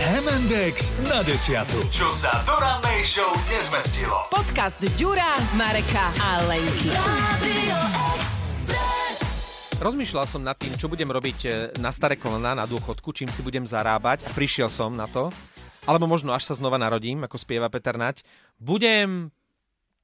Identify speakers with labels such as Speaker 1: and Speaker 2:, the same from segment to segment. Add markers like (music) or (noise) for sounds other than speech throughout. Speaker 1: Index na desiatu.
Speaker 2: Čo sa do rannej show nezmestilo.
Speaker 3: Podcast Ďura, Mareka a Lenky.
Speaker 4: Rozmýšľal som nad tým, čo budem robiť e, na staré kolená, na dôchodku, čím si budem zarábať a prišiel som na to, alebo možno až sa znova narodím, ako spieva Peter Nať, budem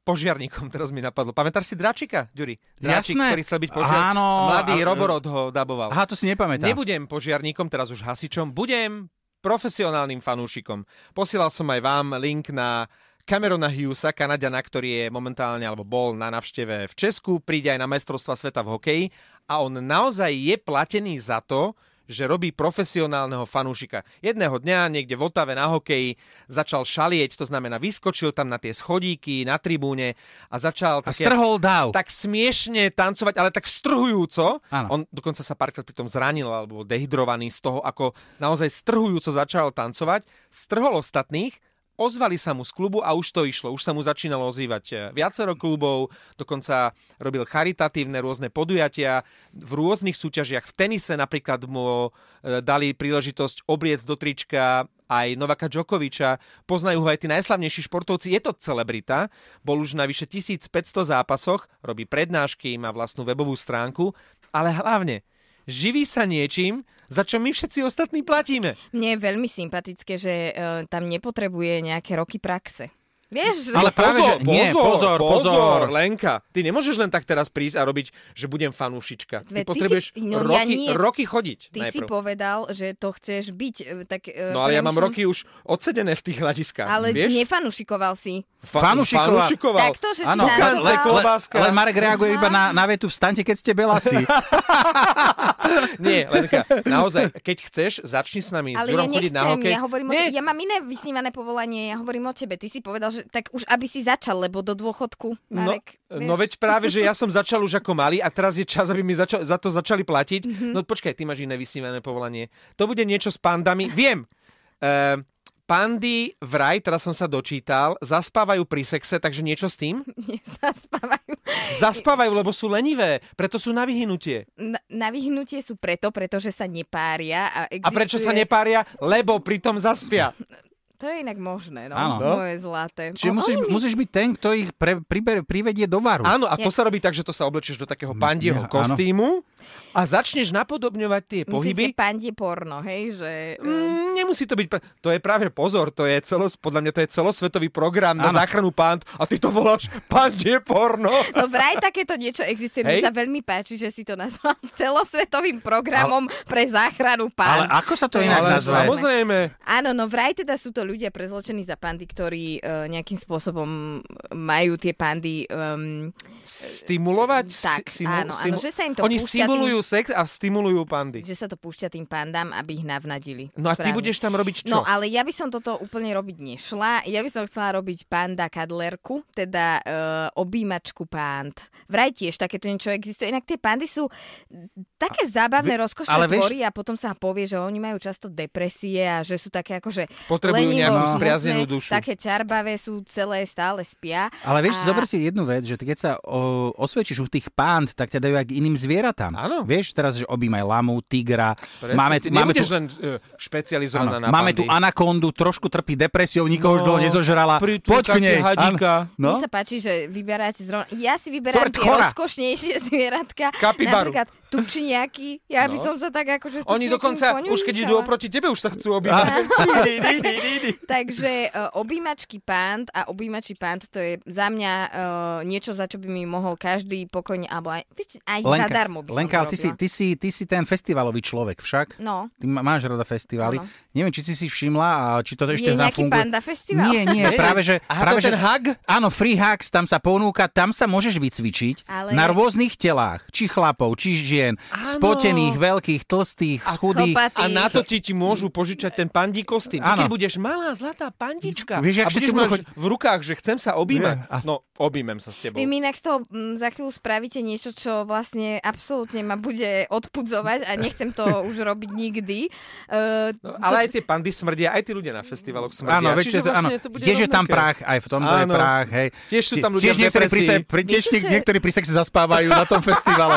Speaker 4: požiarníkom, (laughs) teraz mi napadlo. Pamätáš si Dračika, Ďuri? Dračik,
Speaker 5: Jasné.
Speaker 4: ktorý chcel byť požiarníkom.
Speaker 5: Áno.
Speaker 4: Mladý
Speaker 5: A-
Speaker 4: Roborod ho daboval.
Speaker 5: Aha, to si nepamätám.
Speaker 4: Nebudem požiarníkom, teraz už hasičom, budem profesionálnym fanúšikom. Posielal som aj vám link na Camerona Hughesa, Kanaďana, ktorý je momentálne, alebo bol na navšteve v Česku, príde aj na majstrovstva sveta v hokeji a on naozaj je platený za to, že robí profesionálneho fanúšika. Jedného dňa niekde v Otave na hokeji začal šalieť, to znamená vyskočil tam na tie schodíky, na tribúne a začal...
Speaker 5: A
Speaker 4: také-
Speaker 5: strhol dáv.
Speaker 4: tak smiešne tancovať, ale tak strhujúco. On
Speaker 5: Áno.
Speaker 4: dokonca sa párkrát pri tom zranil alebo bol dehydrovaný z toho, ako naozaj strhujúco začal tancovať. Strhol ostatných, ozvali sa mu z klubu a už to išlo. Už sa mu začínalo ozývať eh, viacero klubov, dokonca robil charitatívne rôzne podujatia. V rôznych súťažiach, v tenise napríklad mu eh, dali príležitosť obliec do trička aj Novaka Djokoviča, poznajú ho aj tí najslavnejší športovci, je to celebrita, bol už na vyše 1500 zápasoch, robí prednášky, má vlastnú webovú stránku, ale hlavne živí sa niečím, za čo my všetci ostatní platíme.
Speaker 6: Mne je veľmi sympatické, že e, tam nepotrebuje nejaké roky praxe. Vieš,
Speaker 5: Ale
Speaker 6: že-
Speaker 5: práve,
Speaker 4: pozor,
Speaker 5: že nie, pozor, pozor.
Speaker 4: Lenka, ty nemôžeš len tak teraz prísť a robiť, že budem fanúšička. Ty
Speaker 6: Ve, ty si-
Speaker 4: potrebuješ
Speaker 6: no, ja
Speaker 4: roky,
Speaker 6: nie.
Speaker 4: roky chodiť
Speaker 6: ty si
Speaker 4: najprv.
Speaker 6: povedal, že to chceš byť. e, Tak, e,
Speaker 4: No ale ja mám
Speaker 6: premyšľam-
Speaker 4: roky už odsedené v tých hľadiskách,
Speaker 6: Ale
Speaker 4: vieš?
Speaker 6: nefanušikoval si.
Speaker 4: Fa-
Speaker 5: Fanúšiková.
Speaker 4: fanúšikoval.
Speaker 6: Takto, že
Speaker 5: Áno,
Speaker 4: Kance,
Speaker 6: si
Speaker 5: le,
Speaker 6: nanúcal.
Speaker 5: le,
Speaker 4: klobáska.
Speaker 5: len Marek reaguje iba na, na vetu vstaňte, keď ste
Speaker 4: (laughs)
Speaker 5: belasi.
Speaker 4: Nie, Lenka, naozaj, keď chceš, začni s nami s
Speaker 6: Ale ja
Speaker 4: Jurom chodiť
Speaker 6: nechcem,
Speaker 4: na hokej.
Speaker 6: ja hovorím o
Speaker 4: Nie,
Speaker 6: te- ja mám iné vysnívané povolanie, ja hovorím o tebe. Ty si povedal, že tak už aby si začal, lebo do dôchodku, Marek.
Speaker 4: no,
Speaker 6: vieš.
Speaker 4: no veď práve, že ja som začal už ako malý a teraz je čas, aby mi začal, za to začali platiť.
Speaker 6: Mhm.
Speaker 4: Mm-hmm. No počkaj, ty máš iné vysnívané povolanie. To bude niečo s pandami. Viem. Uh, pandy vraj, teraz som sa dočítal, zaspávajú pri sexe, takže niečo s tým?
Speaker 6: Zaspávajú.
Speaker 4: Zaspávajú, lebo sú lenivé, preto sú na vyhnutie.
Speaker 6: Na, na vyhnutie sú preto, pretože sa nepária. A, existuje...
Speaker 4: A prečo sa nepária? Lebo pritom zaspia.
Speaker 6: To je inak možné, no.
Speaker 5: Áno.
Speaker 6: Moje zlaté.
Speaker 5: Čiže
Speaker 6: On-
Speaker 5: musíš,
Speaker 6: oni-
Speaker 5: musíš byť ten, kto ich pre, priber, privedie do varu.
Speaker 4: Áno, a to sa robí tak, že to sa oblečieš do takého pandieho
Speaker 5: Ja, áno.
Speaker 4: kostýmu a začneš napodobňovať tie
Speaker 6: Myslíte
Speaker 4: pohyby.
Speaker 6: pandie porno, hej, že... Mm.
Speaker 4: Mm, nemusí to byť... Pre... To je práve pozor, to je celos... podľa mňa to je celosvetový program na
Speaker 5: Áno.
Speaker 4: záchranu pand a ty to voláš pandie porno.
Speaker 6: No vraj takéto niečo existuje.
Speaker 4: Hej.
Speaker 6: Mne sa veľmi páči, že si to nazval (laughs) celosvetovým programom pre záchranu
Speaker 5: Ale
Speaker 6: pán.
Speaker 5: ako sa to (laughs) inak
Speaker 4: Ale
Speaker 5: nazve?
Speaker 4: samozrejme,
Speaker 6: Áno, no vraj teda sú to ľudia prezločení za pandy, ktorí e, nejakým spôsobom majú tie pandy... Um,
Speaker 4: stimulovať...
Speaker 6: Mm, Tak, áno, áno, že sa im to
Speaker 4: Oni
Speaker 6: púšťa
Speaker 4: simulujú sex a stimulujú pandy.
Speaker 6: že sa to púšťa tým pandám, aby ich navnadili.
Speaker 4: No a ty
Speaker 6: Správne.
Speaker 4: budeš tam robiť čo?
Speaker 6: No ale ja by som toto úplne robiť nešla. Ja by som chcela robiť panda kadlerku, teda e, objímačku pand. Vraj tiež takéto niečo existuje. Inak tie pandy sú také zábavné, rozkošné
Speaker 5: ale vieš-
Speaker 6: tvory a potom sa povie, že oni majú často depresie a že sú také akože
Speaker 4: Potrebujú
Speaker 6: lenivo,
Speaker 4: nejakú
Speaker 6: smutné,
Speaker 4: spriaznenú dušu.
Speaker 6: Také ťarbavé sú, celé stále spia.
Speaker 5: Ale vieš,
Speaker 6: A-
Speaker 5: zober si jednu vec, že ty keď sa o, osvedčíš u tých pánd, tak ťa dajú aj k iným zvieratám.
Speaker 4: Áno.
Speaker 5: Vieš, teraz, že objímaj lamu, tigra.
Speaker 4: Presne,
Speaker 5: máme,
Speaker 4: ty
Speaker 5: máme tu,
Speaker 4: nebudeš len e, špecializovaná na
Speaker 5: áno, máme
Speaker 4: pandy.
Speaker 5: tu anakondu, trošku trpí depresiou, nikoho už
Speaker 4: No,
Speaker 5: dlho nezožrala.
Speaker 4: pritúka
Speaker 5: Poď k
Speaker 4: si
Speaker 5: nej.
Speaker 4: hadíka.
Speaker 5: Áno. No?
Speaker 6: Mne sa páči, že vyberáte zrovna... Ja si vyberám
Speaker 5: Dobre,
Speaker 6: tie
Speaker 5: chora.
Speaker 6: rozkošnejšie (laughs) zvieratka.
Speaker 4: Kapibaru.
Speaker 6: Napríklad tučniaky. Ja by
Speaker 4: No.
Speaker 6: som sa tak akože... s
Speaker 4: Oni
Speaker 6: tučniakmi
Speaker 4: dokonca, už keď idú
Speaker 6: poňuňkala.
Speaker 4: oproti tebe, už sa chcú obývať. (laughs)
Speaker 6: Takže uh, objímačky pant a objímačky pant to je za mňa uh, niečo, za čo by mi mohol každý pokojne, alebo aj, vieš, aj zadarmo by som
Speaker 5: Lenka,
Speaker 6: to
Speaker 5: ale ty si,
Speaker 6: robila.
Speaker 5: ty, si, ty si ten festivalový človek však.
Speaker 6: No.
Speaker 5: Ty ma- máš rada festivály.
Speaker 6: Áno.
Speaker 5: Neviem, či si si všimla a či to ešte
Speaker 6: Je
Speaker 5: tam
Speaker 6: nejaký
Speaker 5: funguje.
Speaker 6: panda festival?
Speaker 5: Nie, nie,
Speaker 4: Hej.
Speaker 5: práve že...
Speaker 4: Aha,
Speaker 5: práve,
Speaker 4: to je ten
Speaker 5: že-
Speaker 4: hug?
Speaker 5: Áno, free hugs, tam sa ponúka, tam sa môžeš vycvičiť
Speaker 6: Ale-
Speaker 5: na rôznych telách, či chlapov, či žien,
Speaker 4: Áno.
Speaker 5: spotených, veľkých, tlstých, schudých.
Speaker 6: chlpatých.
Speaker 4: A na to ti, ti môžu požičať ten pandí kostým. Ty,
Speaker 5: Áno.
Speaker 4: Keď budeš malá zlatá pandička
Speaker 5: Vieš, jak
Speaker 4: a budeš
Speaker 5: všetci budú
Speaker 4: mať v rukách, že chcem sa objímať,
Speaker 5: Nie, a-
Speaker 4: no objímem sa s tebou.
Speaker 6: Vy mi inak z toho m, za chvíľu spravíte niečo, čo vlastne absolútne ma bude odpudzovať a nechcem to už robiť nikdy. Uh,
Speaker 4: No, ale aj tie pandy smrdia, aj tí ľudia na festivaloch smrdia.
Speaker 5: Áno,
Speaker 4: Čiže
Speaker 5: vieš, to, áno.
Speaker 4: vlastne to bude
Speaker 5: tiež je tam
Speaker 4: rovnaké.
Speaker 5: prach, aj v tomto je
Speaker 4: Áno.
Speaker 5: prach, hej.
Speaker 4: Tiež sú tam ľudia
Speaker 5: tiež
Speaker 4: v
Speaker 5: niektorí pri, se,
Speaker 4: depresii.
Speaker 5: pri, tiež
Speaker 6: Viete,
Speaker 5: niek-
Speaker 6: že- (laughs)
Speaker 5: niektorí pri sexe zaspávajú na tom festivale.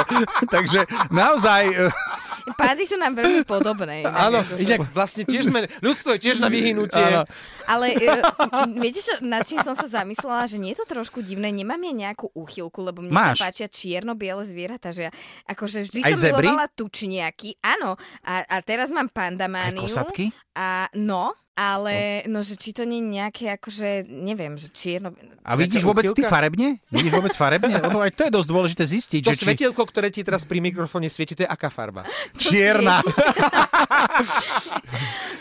Speaker 5: Takže naozaj... eh,
Speaker 6: Pády sú nám veľmi podobné. inak,
Speaker 4: Áno,
Speaker 6: akože.
Speaker 4: inak vlastne tiež sme, ľudstvo je tiež na vyhynutie.
Speaker 5: Áno.
Speaker 6: Ale e, m- viete, čo, nad čím som sa zamyslela, že nie je to trošku divné, nemám ja nejakú úchylku, lebo mne
Speaker 5: Máš.
Speaker 6: sa páčia čierno-biele zvieratá, že ja, akože vždy
Speaker 5: Aj
Speaker 6: som
Speaker 5: zebry?
Speaker 6: milovala tučniaky, áno, a, a teraz
Speaker 5: Aj
Speaker 6: mám pandamániu.
Speaker 5: kosatky?
Speaker 6: A no, ale no, že či to nie je nejaké, akože, neviem, že čierno...
Speaker 5: A vidíš vôbec ty
Speaker 4: uchylka?
Speaker 5: farebne? Vidíš vôbec farebne? Lebo aj to je dosť dôležité zistiť,
Speaker 4: To
Speaker 5: že či
Speaker 4: svetielko, ktoré ti teraz pri mikrofóne svieti, to je aká farba?
Speaker 5: čierna.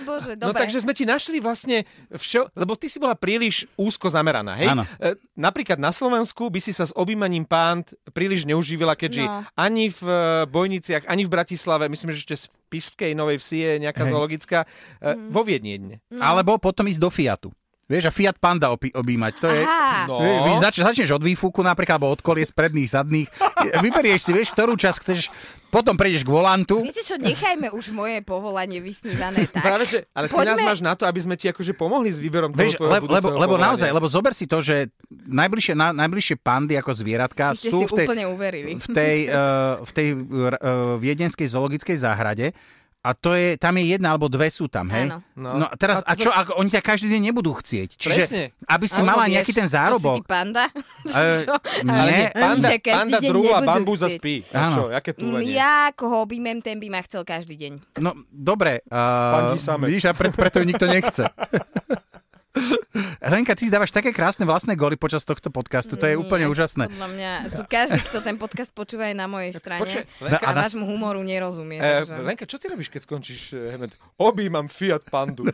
Speaker 6: Bože,
Speaker 4: No
Speaker 6: dobre.
Speaker 4: takže sme ti našli vlastne všeo... Lebo ty si bola príliš úzko zameraná, hej?
Speaker 5: Áno.
Speaker 4: E, napríklad na Slovensku by si sa s objímaním pánt príliš neuživila, keďže
Speaker 6: No.
Speaker 4: ani v e, Bojniciach, ani v Bratislave, myslím, že ešte z Pišskej Novej Vsi je nejaká
Speaker 5: Hej.
Speaker 4: zoologická, e,
Speaker 6: Mhm.
Speaker 4: vo Viedni jedne.
Speaker 6: no.
Speaker 5: Alebo potom ísť do Fiatu. Vieš, a Fiat Panda opi- objímať. To je,
Speaker 6: Aha,
Speaker 4: No.
Speaker 5: Vieš, Vy zač- začneš od výfuku napríklad, alebo od kolies predných, zadných. Vyberieš si, vieš, ktorú časť chceš. Potom prejdeš k volantu.
Speaker 6: viete čo, nechajme už moje povolanie vysnívané
Speaker 5: (laughs)
Speaker 6: tak.
Speaker 4: Práve, že, ale ty
Speaker 6: Poďme-
Speaker 4: nás máš na to, aby sme ti akože pomohli s výberom toho
Speaker 5: Vieš,
Speaker 4: tvojho
Speaker 5: lebo, lebo,
Speaker 4: budúceho
Speaker 5: lebo
Speaker 4: povolania.
Speaker 5: naozaj, lebo zober si to, že najbližšie, na, najbližšie pandy ako zvieratka
Speaker 6: Vy ste
Speaker 5: sú
Speaker 6: si
Speaker 5: v tej,
Speaker 6: úplne uverili.
Speaker 5: v tej,
Speaker 6: (laughs)
Speaker 5: uh, v tej uh, viedenskej zoologickej záhrade a to je, tam je jedna alebo dve sú tam, hej?
Speaker 6: Áno.
Speaker 4: No.
Speaker 5: No, no a teraz, a čo, ako, oni ťa každý deň nebudú chcieť. Čiže,
Speaker 4: Presne.
Speaker 5: aby si
Speaker 6: Alebo
Speaker 5: mala
Speaker 6: vieš,
Speaker 5: nejaký ten
Speaker 6: čo si
Speaker 5: zárobok.
Speaker 6: ty panda? (laughs) Že
Speaker 5: Eh,
Speaker 6: čo?
Speaker 5: nie,
Speaker 4: Ale nie,
Speaker 5: Ne,
Speaker 4: panda,
Speaker 6: Že každý
Speaker 4: panda
Speaker 6: deň
Speaker 4: drúla,
Speaker 6: nebudú
Speaker 4: bambúza
Speaker 6: chcieť. Mm,
Speaker 4: spí. A
Speaker 5: Áno.
Speaker 4: čo, aké túlenie?
Speaker 6: Ja, koho objímem, ten by ma chcel každý deň.
Speaker 5: No, dobre. Uh,
Speaker 4: Pandí samec.
Speaker 5: Vidíš, a pre, preto ju nikto (laughs) nechce. Lenka, ty si dávaš také krásne vlastné goly počas tohto podcastu, to je úplne
Speaker 6: Nie,
Speaker 5: úžasné.
Speaker 6: Podľa mňa, tu každý, kto ten podcast počúva, je na mojej strane.
Speaker 4: Počkaj,
Speaker 5: Lenka-
Speaker 6: a
Speaker 5: No, A nás-
Speaker 6: vášmu humoru nerozumie.
Speaker 4: E,
Speaker 6: takže-
Speaker 4: Lenka, čo ty robíš, keď skončíš e, Hemet? Objímam Fiat
Speaker 5: (laughs)
Speaker 4: Pandu.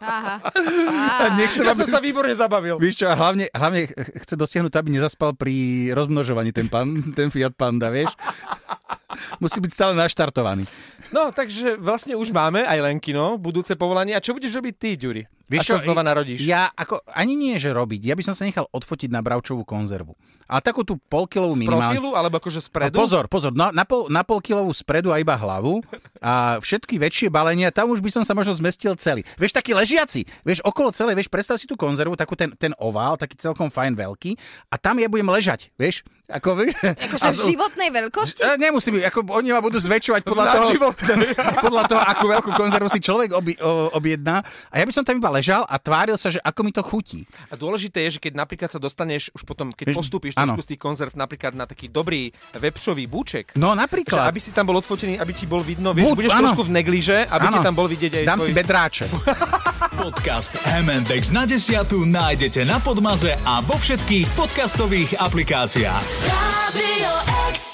Speaker 6: Aha.
Speaker 5: A
Speaker 6: Á,
Speaker 5: Nechcem,
Speaker 4: ja som
Speaker 5: aby...
Speaker 4: sa výborne zabavil.
Speaker 5: Víš čo, a hlavne, hlavne chce dosiahnuť, aby nezaspal pri rozmnožovaní ten, pan, (laughs) ten Fiat Panda, vieš? Musí byť stále naštartovaný.
Speaker 4: No, takže vlastne už máme aj Lenkino, budúce povolanie. A čo budeš robiť ty, Ďuri? Vieš, čo, sa znova narodíš?
Speaker 5: Ja ako, ani nie, že robiť. Ja by som sa nechal odfotiť na bravčovú konzervu. A takú tú polkilovú
Speaker 4: z
Speaker 5: minimálne.
Speaker 4: profilu, alebo akože z
Speaker 5: A
Speaker 4: predu?
Speaker 5: pozor, pozor, no, na, pol, na pol kilovú spredu a iba hlavu a všetky väčšie balenia, tam už by som sa možno zmestil celý. Vieš, taký ležiaci, vieš, okolo celé, vieš, predstav si tú konzervu, takú ten, ten ovál, taký celkom fajn veľký a tam ja budem ležať, vieš, ako vieš.
Speaker 6: akože v životnej veľkosti?
Speaker 5: E, Nemusí byť, ako oni ma budú zväčšovať podľa toho, (laughs) podľa toho, akú veľkú konzervu si človek obi, o, objedná. A ja by som tam iba ležal a tváril sa, že ako mi to chutí.
Speaker 4: A dôležité je, že keď napríklad sa dostaneš, už potom, keď
Speaker 5: Vieš,
Speaker 4: postúpiš
Speaker 5: áno.
Speaker 4: trošku z tých konzerv napríklad na taký dobrý vepšový búček,
Speaker 5: No
Speaker 4: že
Speaker 5: napríklad.
Speaker 4: aby si tam bol odfotený, aby ti bol vidno, vieš,
Speaker 5: Bud,
Speaker 4: budeš
Speaker 5: áno.
Speaker 4: trošku v negliže, aby ti
Speaker 5: Áno.
Speaker 4: tam bol vidieť aj
Speaker 5: Dám
Speaker 4: tvoj...
Speaker 5: si bedráče.
Speaker 2: Podcast MNDX na desiatu nájdete na Podmaze a vo všetkých podcastových aplikáciách.
Speaker 1: Radio X.